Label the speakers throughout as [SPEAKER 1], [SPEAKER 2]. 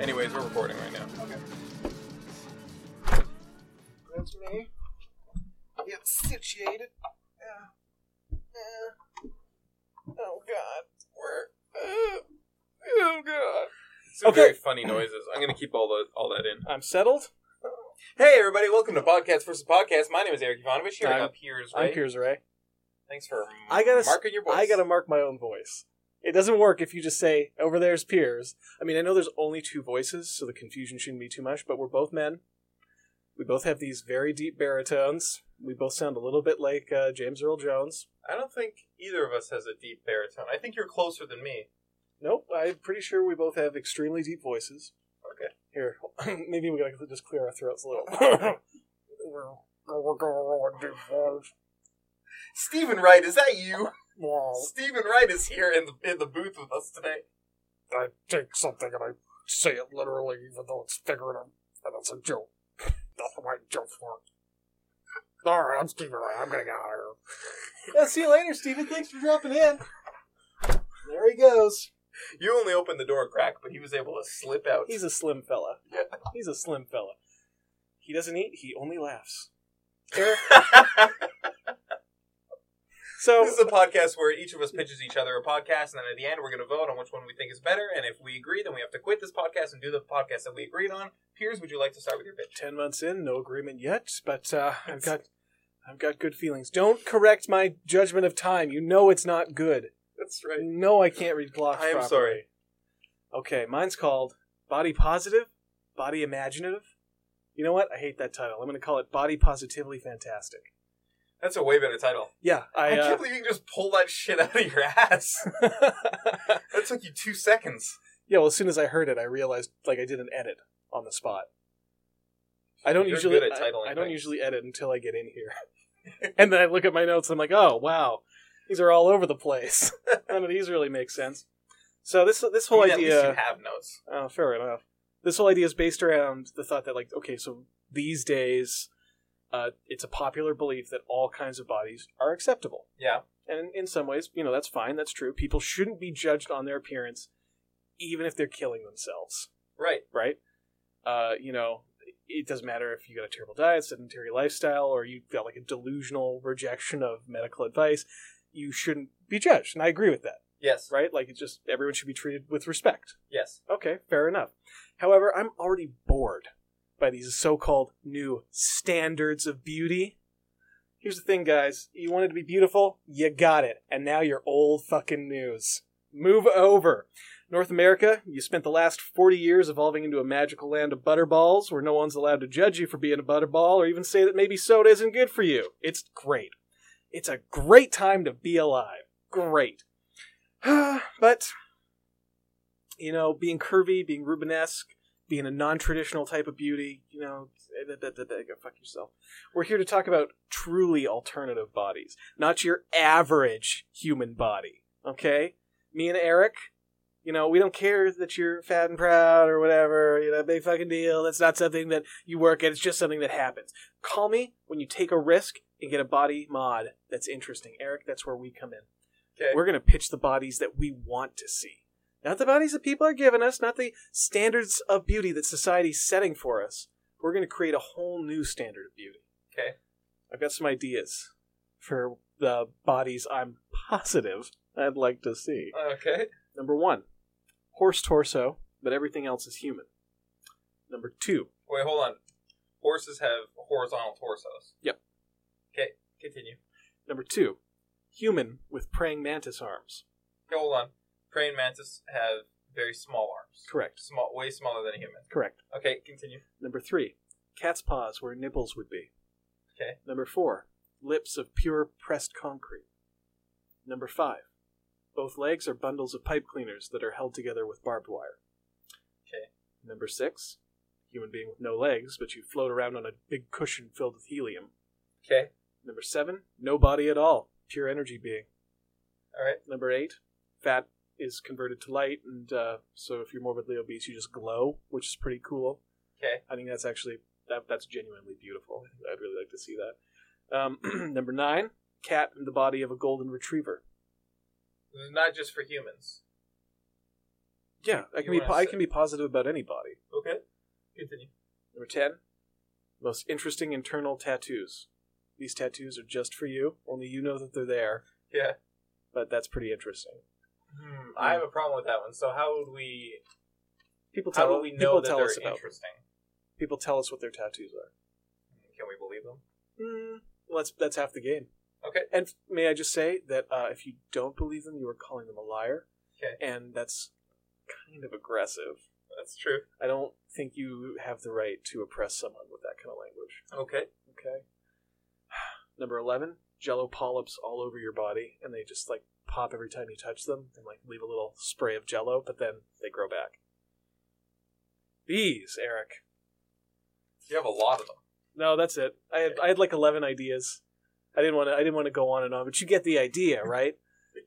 [SPEAKER 1] Anyways, we're recording right now.
[SPEAKER 2] Okay. That's me. Get situated. Uh, uh, oh god. We're. Uh, oh god.
[SPEAKER 1] Some
[SPEAKER 2] Okay.
[SPEAKER 1] very funny noises. I'm gonna keep all the all that in.
[SPEAKER 2] I'm settled.
[SPEAKER 1] Hey everybody, welcome to Podcast versus Podcast. My name is Eric Ivanovich. Here
[SPEAKER 2] I'm-
[SPEAKER 1] I'm Piers. Ray.
[SPEAKER 2] I'm Piers Ray.
[SPEAKER 1] Thanks for
[SPEAKER 2] I gotta s-
[SPEAKER 1] marking your voice.
[SPEAKER 2] I gotta mark my own voice. It doesn't work if you just say, over there's Piers. I mean, I know there's only two voices, so the confusion shouldn't be too much, but we're both men. We both have these very deep baritones. We both sound a little bit like uh, James Earl Jones.
[SPEAKER 1] I don't think either of us has a deep baritone. I think you're closer than me.
[SPEAKER 2] Nope, I'm pretty sure we both have extremely deep voices.
[SPEAKER 1] Okay.
[SPEAKER 2] Here, maybe we gotta just clear our throats a little.
[SPEAKER 1] Stephen Wright, is that you? Oh. Stephen Wright is here in the in the booth with us today.
[SPEAKER 2] I take something and I say it literally, even though it's figurative, and it's a joke. That's what I joke for. All right, I'm Stephen Ray. I'm gonna get out of here. yeah, see you later, Stephen. Thanks for dropping in. There he goes.
[SPEAKER 1] You only opened the door a crack, but he was able to slip out.
[SPEAKER 2] He's a slim fella.
[SPEAKER 1] Yeah.
[SPEAKER 2] He's a slim fella. He doesn't eat. He only laughs. So
[SPEAKER 1] This is a podcast where each of us pitches each other a podcast, and then at the end, we're going to vote on which one we think is better. And if we agree, then we have to quit this podcast and do the podcast that we agreed on. Piers, would you like to start with your pitch?
[SPEAKER 2] ten months in, no agreement yet, but uh, I've got, I've got good feelings. Don't correct my judgment of time. You know it's not good.
[SPEAKER 1] That's
[SPEAKER 2] No, I can't read clocks.
[SPEAKER 1] I am
[SPEAKER 2] properly.
[SPEAKER 1] sorry.
[SPEAKER 2] Okay, mine's called Body Positive, Body Imaginative. You know what? I hate that title. I'm going to call it Body Positively Fantastic.
[SPEAKER 1] That's a way better title.
[SPEAKER 2] Yeah,
[SPEAKER 1] I,
[SPEAKER 2] I.
[SPEAKER 1] can't
[SPEAKER 2] Uh,
[SPEAKER 1] believe you can just pull that shit out of your ass. that took you two seconds.
[SPEAKER 2] yeah. Well, as soon as I heard it, I realized like I did an edit on the spot. I don't
[SPEAKER 1] You're
[SPEAKER 2] usually.
[SPEAKER 1] good at
[SPEAKER 2] I,
[SPEAKER 1] titling
[SPEAKER 2] I don't
[SPEAKER 1] things.
[SPEAKER 2] usually edit until I get in here, and then I look at my notes. and I'm like, oh wow, these are all over the place. None of these really make sense. So this this whole
[SPEAKER 1] I mean, at
[SPEAKER 2] idea.
[SPEAKER 1] least you have notes.
[SPEAKER 2] Oh, fair enough. This whole idea is based around the thought that, like, okay, so these days, uh, it's a popular belief that all kinds of bodies are acceptable.
[SPEAKER 1] Yeah.
[SPEAKER 2] And in some ways, you know, that's fine, that's true. People shouldn't be judged on their appearance, even if they're killing themselves,
[SPEAKER 1] Right.
[SPEAKER 2] right? Uh, you know, it doesn't matter if you got a terrible diet, sedentary lifestyle, or you've got like a delusional rejection of medical advice. You shouldn't be judged. And I agree with that,
[SPEAKER 1] Yes. Right.
[SPEAKER 2] right? Like, it's just everyone should be treated with respect.
[SPEAKER 1] Yes.
[SPEAKER 2] Okay, fair enough. However, I'm already bored by these so called new standards of beauty. Here's the thing, guys. You wanted to be beautiful? You got it. And now you're old fucking news. Move over. North America, you spent the last 40 years evolving into a magical land of butterballs where no one's allowed to judge you for being a butterball or even say that maybe soda isn't good for you. It's great. It's a great time to be alive. Great. but you know, being curvy, being Rubenesque, being a non-traditional type of beauty, you know, eh, eh, eh, eh, eh, go fuck yourself. We're here to talk about truly alternative bodies, not your average human body. Okay, me and Eric, you know, we don't care that you're fat and proud or whatever. You know, big fucking deal. That's not something that you work at. It's just something that happens. Call me when you take a risk and get a body mod that's interesting, Eric. That's where we come in.
[SPEAKER 1] Okay.
[SPEAKER 2] We're going to pitch the bodies that we want to see. Not the bodies that people are giving us, not the standards of beauty that society's setting for us. We're going to create a whole new standard of beauty.
[SPEAKER 1] Okay.
[SPEAKER 2] I've got some ideas for the bodies I'm positive I'd like to see.
[SPEAKER 1] Okay.
[SPEAKER 2] Number one, horse torso, but everything else is human. Number two,
[SPEAKER 1] Wait, hold on. Horses have horizontal torsos.
[SPEAKER 2] Yep.
[SPEAKER 1] Okay. Continue.
[SPEAKER 2] number two, human with praying mantis arms.
[SPEAKER 1] Okay, hold on. Praying mantis have very small arms.
[SPEAKER 2] Correct.
[SPEAKER 1] Small, way smaller than a human.
[SPEAKER 2] Correct.
[SPEAKER 1] Okay, continue.
[SPEAKER 2] Number three, cat's paws where nipples would be.
[SPEAKER 1] Okay.
[SPEAKER 2] Number four, lips of pure pressed concrete. Number five, both legs are bundles of pipe cleaners that are held together with barbed wire.
[SPEAKER 1] Okay.
[SPEAKER 2] Number six, human being with no legs, but you float around on a big cushion filled with helium.
[SPEAKER 1] Okay.
[SPEAKER 2] Number seven, no body at all, pure energy being.
[SPEAKER 1] All right.
[SPEAKER 2] Number eight, fat is converted to light, and uh, so if you're morbidly obese, you just glow, which is pretty cool.
[SPEAKER 1] Okay.
[SPEAKER 2] I think that's actually that that's genuinely beautiful. I'd really like to see that. Um, number nine, cat in the body of a golden retriever.
[SPEAKER 1] This is not just for humans.
[SPEAKER 2] Yeah, I
[SPEAKER 1] You
[SPEAKER 2] can be
[SPEAKER 1] wanna
[SPEAKER 2] po- I
[SPEAKER 1] say-
[SPEAKER 2] can be positive about anybody.
[SPEAKER 1] Okay. Continue.
[SPEAKER 2] Number 10, most interesting internal tattoos. These tattoos are just for you. Only you know that they're there,
[SPEAKER 1] Yeah.
[SPEAKER 2] but that's pretty interesting.
[SPEAKER 1] Hmm, I have a problem with that one. So how would we?
[SPEAKER 2] People
[SPEAKER 1] How
[SPEAKER 2] tell,
[SPEAKER 1] would we know
[SPEAKER 2] people
[SPEAKER 1] that
[SPEAKER 2] tell
[SPEAKER 1] they're
[SPEAKER 2] us about
[SPEAKER 1] interesting?
[SPEAKER 2] people tell us what their tattoos are.
[SPEAKER 1] Can we believe them?
[SPEAKER 2] Mm, well, that's that's half the game.
[SPEAKER 1] Okay.
[SPEAKER 2] And may I just say that uh, if you don't believe them, you are calling them a liar.
[SPEAKER 1] Okay.
[SPEAKER 2] And that's kind of aggressive.
[SPEAKER 1] That's true.
[SPEAKER 2] I don't think you have the right to oppress someone with that kind of language.
[SPEAKER 1] Okay.
[SPEAKER 2] Okay. Number eleven, jello polyps all over your body, and they just like pop every time you touch them, and like leave a little spray of jello, but then they grow back. Bees, Eric.
[SPEAKER 1] You have a lot of them.
[SPEAKER 2] No, that's it. I had I had like eleven ideas. I didn't want to. I didn't want to go on and on, but you get the idea, right?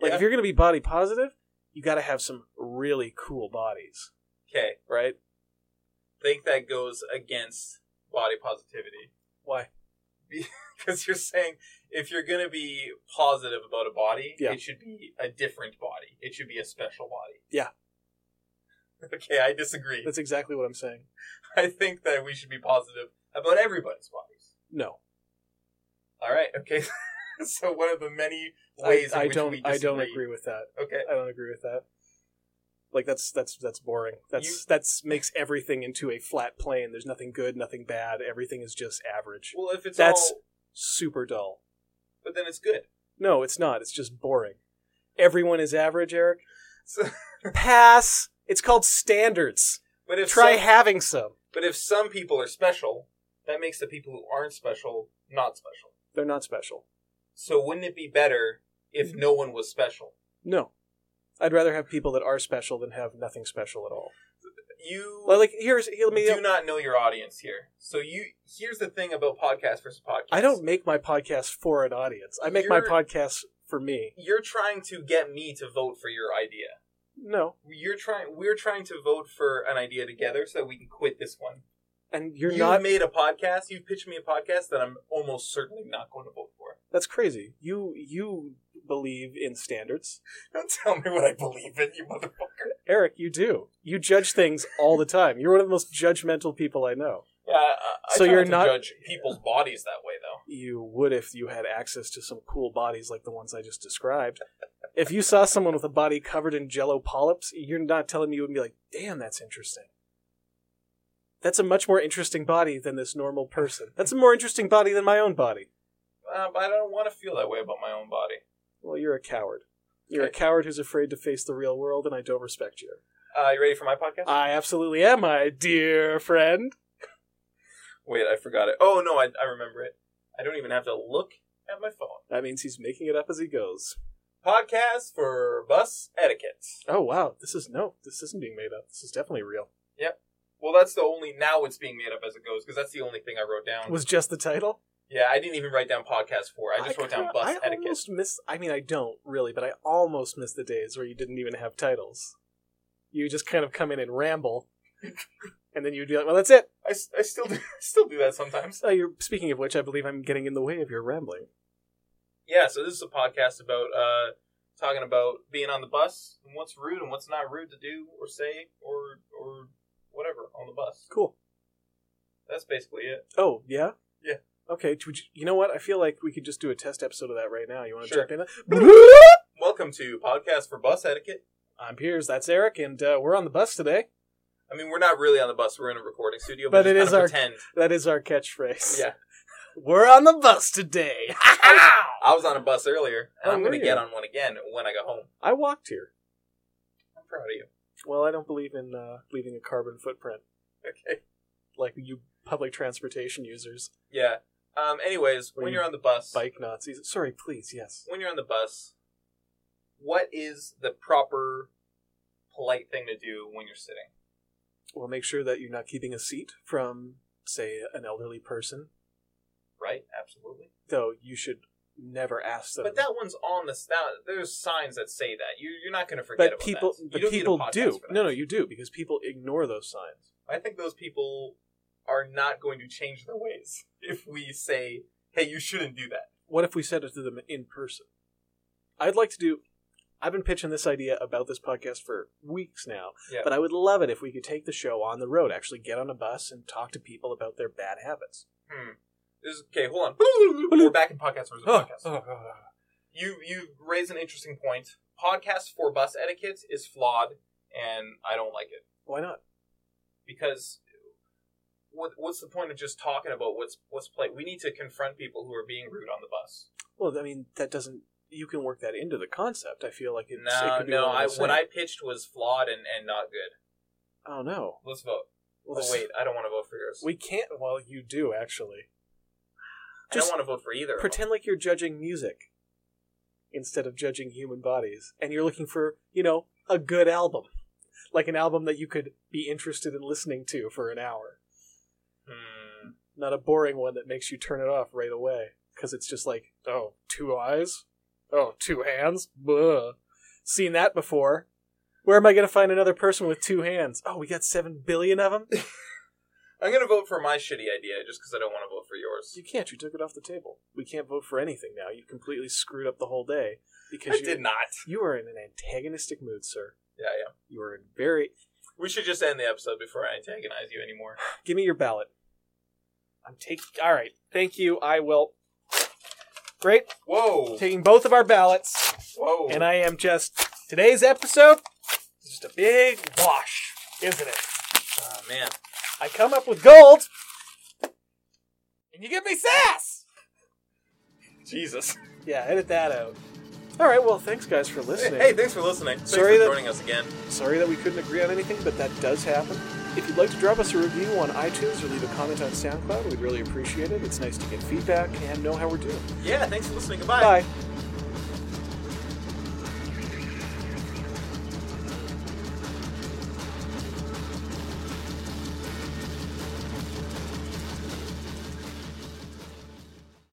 [SPEAKER 2] Like if you're going to be body positive, you got to have some really cool bodies,
[SPEAKER 1] okay.
[SPEAKER 2] right?
[SPEAKER 1] Think that goes against body positivity
[SPEAKER 2] Why?
[SPEAKER 1] because you're saying if you're gonna be positive about a body,
[SPEAKER 2] Yeah.
[SPEAKER 1] it should be a different body. It should be a special body.
[SPEAKER 2] Yeah.
[SPEAKER 1] Okay, I disagree.
[SPEAKER 2] That's exactly what I'm saying.
[SPEAKER 1] I think that we should be positive about everybody's bodies.
[SPEAKER 2] No,
[SPEAKER 1] All right. Okay. so one of the many
[SPEAKER 2] I,
[SPEAKER 1] ways in
[SPEAKER 2] I
[SPEAKER 1] which
[SPEAKER 2] don't.
[SPEAKER 1] we disagree.
[SPEAKER 2] I don't agree with that.
[SPEAKER 1] Okay.
[SPEAKER 2] I don't agree with that. Like that's that's that's boring. That's
[SPEAKER 1] You-
[SPEAKER 2] that's makes everything into a flat plane. There's nothing good, nothing bad. Everything is just average.
[SPEAKER 1] Well, if it's
[SPEAKER 2] That's-
[SPEAKER 1] all,
[SPEAKER 2] Super dull.
[SPEAKER 1] but then it's good.
[SPEAKER 2] No, it's not. It's just boring. Everyone is average, Eric.
[SPEAKER 1] So,
[SPEAKER 2] Pass. It's called standards.
[SPEAKER 1] but if
[SPEAKER 2] Try
[SPEAKER 1] some,
[SPEAKER 2] having some.
[SPEAKER 1] but if some people are special, that makes the people who aren't special not special.
[SPEAKER 2] They're not special.
[SPEAKER 1] So wouldn't it be better
[SPEAKER 2] Mm-hmm.
[SPEAKER 1] if no one was special?
[SPEAKER 2] No. I'd rather have people that are special than have nothing special at all.
[SPEAKER 1] You
[SPEAKER 2] Well, Like here's here, let me
[SPEAKER 1] do not know your audience here. So you here's the thing about podcast versus podcast.
[SPEAKER 2] I don't make my podcast for an audience. I make my
[SPEAKER 1] You're-
[SPEAKER 2] podcast for me.
[SPEAKER 1] You're trying to get me to vote for your idea.
[SPEAKER 2] No.
[SPEAKER 1] You're trying. We're trying to vote for an idea together so that we can quit this one.
[SPEAKER 2] And you're
[SPEAKER 1] You've
[SPEAKER 2] not
[SPEAKER 1] made a podcast. You've pitched me a podcast that I'm almost certainly not going to vote for.
[SPEAKER 2] That's crazy. You you believe in standards.
[SPEAKER 1] Don't tell me what I believe in, you motherfucker.
[SPEAKER 2] Eric, you do. You judge things all the time. You're one of the most judgmental people I know.
[SPEAKER 1] Yeah, I, I
[SPEAKER 2] So
[SPEAKER 1] try
[SPEAKER 2] you're
[SPEAKER 1] to
[SPEAKER 2] not-
[SPEAKER 1] judge people's bodies that way, though.
[SPEAKER 2] you would if you had access to some cool bodies like the ones I just described. If you saw someone with a body covered in jello polyps, you're not telling me you would be like, damn, that's interesting. That's a much more interesting body than this normal person. That's a more interesting body than my own body.
[SPEAKER 1] Uh, but I don't want to feel that way about my own body.
[SPEAKER 2] Well, you're a coward. You're a
[SPEAKER 1] Okay.
[SPEAKER 2] coward who's afraid to face the real world, and I don't respect you.
[SPEAKER 1] Uh, you ready for my podcast?
[SPEAKER 2] I absolutely am, my dear friend.
[SPEAKER 1] Wait, I forgot it. Oh no, I, I remember it. I don't even have to look at my phone.
[SPEAKER 2] That means he's making it up as he goes.
[SPEAKER 1] Podcast for bus etiquette.
[SPEAKER 2] Oh, wow. This is no, this isn't being made up. This is definitely real.
[SPEAKER 1] Well, that's the only now it's being made up as it goes because that's the only thing I wrote down.
[SPEAKER 2] Was just the title?
[SPEAKER 1] yeah, I didn't even write down podcast for. I just wrote down
[SPEAKER 2] kinda-
[SPEAKER 1] bus
[SPEAKER 2] I
[SPEAKER 1] etiquette.
[SPEAKER 2] almost miss. I mean, I don't really, but I almost miss the days where you didn't even have titles. You just kind of come in and ramble, and then you'd be like, "Well, that's it."
[SPEAKER 1] I, s- I still do, still do that sometimes.
[SPEAKER 2] So you're speaking of which, I believe I'm getting in the way of your rambling.
[SPEAKER 1] Yeah, so this is a podcast about uh, talking about being on the bus and what's rude and what's not rude to do or say or or whatever on the bus.
[SPEAKER 2] Cool.
[SPEAKER 1] That's basically it.
[SPEAKER 2] Oh yeah.
[SPEAKER 1] Yeah.
[SPEAKER 2] Okay. Would you, you know what? I feel like we could just do a test episode of that right now. You want to
[SPEAKER 1] Sure.
[SPEAKER 2] jump in?
[SPEAKER 1] Welcome to podcast for bus etiquette.
[SPEAKER 2] I'm Piers. That's Eric, and uh, we're on the bus today.
[SPEAKER 1] I mean, we're not really on the bus; we're in a recording studio,
[SPEAKER 2] But
[SPEAKER 1] but,
[SPEAKER 2] it
[SPEAKER 1] it
[SPEAKER 2] is
[SPEAKER 1] is
[SPEAKER 2] our-
[SPEAKER 1] pretend.
[SPEAKER 2] That is our catchphrase.
[SPEAKER 1] Yeah.
[SPEAKER 2] We're on the bus today.
[SPEAKER 1] I was on a bus earlier, and
[SPEAKER 2] Oh,
[SPEAKER 1] I'm
[SPEAKER 2] were
[SPEAKER 1] going
[SPEAKER 2] you?
[SPEAKER 1] to get on one again when I go home.
[SPEAKER 2] I walked here.
[SPEAKER 1] I'm proud of you.
[SPEAKER 2] Well, I don't believe in uh, leaving a carbon footprint.
[SPEAKER 1] Okay.
[SPEAKER 2] like you public transportation users,
[SPEAKER 1] Yeah. Um. Anyways,
[SPEAKER 2] Were
[SPEAKER 1] when
[SPEAKER 2] you
[SPEAKER 1] you're on the bus,
[SPEAKER 2] bike Nazis. Sorry, please, yes.
[SPEAKER 1] when you're on the bus, what is the proper polite thing to do when you're sitting?
[SPEAKER 2] Well, make sure that you're not keeping a seat from, say, an elderly person.
[SPEAKER 1] Right? Absolutely.
[SPEAKER 2] Though you should never ask them.
[SPEAKER 1] But that onene's on the that, there's signs that say that. You you're not going to forget
[SPEAKER 2] but
[SPEAKER 1] about
[SPEAKER 2] people,
[SPEAKER 1] that. You
[SPEAKER 2] but
[SPEAKER 1] don't need a
[SPEAKER 2] people
[SPEAKER 1] podcast
[SPEAKER 2] do.
[SPEAKER 1] for that.
[SPEAKER 2] No, no, you do because people ignore those signs.
[SPEAKER 1] I think those people are not going to change their ways if we say, "Hey, you shouldn't do that."
[SPEAKER 2] What if we said it to them in person? I'd like to do. I've been pitching this idea about this podcast for weeks now,
[SPEAKER 1] Yeah.
[SPEAKER 2] but I would love it if we could take the show on the road, actually get on a bus and talk to people about their bad habits.
[SPEAKER 1] Hmm. This is, okay, hold on. We're back in podcast
[SPEAKER 2] Oh,
[SPEAKER 1] versus podcast. You you raise an interesting point. Podcast for bus etiquette is flawed, and I don't like it
[SPEAKER 2] Why not?
[SPEAKER 1] because what what's the point of just talking about what's what's played? We need to confront people who are being rude on the bus.
[SPEAKER 2] Well, I mean, that doesn't. You can work that into the concept. I feel like it's. it
[SPEAKER 1] no,
[SPEAKER 2] could be
[SPEAKER 1] no.
[SPEAKER 2] one and
[SPEAKER 1] I,
[SPEAKER 2] the
[SPEAKER 1] what
[SPEAKER 2] same.
[SPEAKER 1] I pitched was flawed and, and not good.
[SPEAKER 2] Oh no.
[SPEAKER 1] Let's vote.
[SPEAKER 2] Well,
[SPEAKER 1] oh
[SPEAKER 2] this-
[SPEAKER 1] wait, I don't want to vote for yours.
[SPEAKER 2] We can't. Well, you do actually.
[SPEAKER 1] I don't
[SPEAKER 2] Just
[SPEAKER 1] want to vote for either. of them.
[SPEAKER 2] pretend like you're judging music instead of judging human bodies, and you're looking for you know a good album, like an album that you could be interested in listening to for an hour,
[SPEAKER 1] Hmm.
[SPEAKER 2] not a boring one that makes you turn it off right away because it's just like oh two eyes, oh two hands, Blah. seen that before. Where am I going to find another person with two hands? Oh, we got seven billion of them.
[SPEAKER 1] I'm gonna vote for my shitty idea just because I don't want to vote for yours.
[SPEAKER 2] You can't. You took it off the table. We can't vote for anything now. You completely screwed up the whole day because
[SPEAKER 1] I
[SPEAKER 2] you
[SPEAKER 1] did not.
[SPEAKER 2] You are in an antagonistic mood, sir.
[SPEAKER 1] Yeah, yeah.
[SPEAKER 2] You are in very.
[SPEAKER 1] We should just end the episode before I antagonize you anymore.
[SPEAKER 2] Give me your ballot. I'm taking. All right. Thank you. I will. Great.
[SPEAKER 1] Whoa,
[SPEAKER 2] Taking both of our ballots,
[SPEAKER 1] whoa.
[SPEAKER 2] and I am just today's episode is just a big wash, isn't it?
[SPEAKER 1] Ah, man.
[SPEAKER 2] I come up with gold, and you give me sass.
[SPEAKER 1] Jesus.
[SPEAKER 2] Yeah, edit that out. All right. Well, thanks guys for
[SPEAKER 1] Hey,
[SPEAKER 2] listening.
[SPEAKER 1] hey, thanks for listening. Thanks
[SPEAKER 2] Sorry
[SPEAKER 1] for
[SPEAKER 2] that-
[SPEAKER 1] joining us again.
[SPEAKER 2] Sorry that we couldn't agree on anything, but that does happen. If you'd like to drop us a review on iTunes or leave a comment on SoundCloud, we'd really appreciate it. It's nice to get feedback and know how we're doing.
[SPEAKER 1] Yeah, thanks for listening. Goodbye.
[SPEAKER 2] Bye.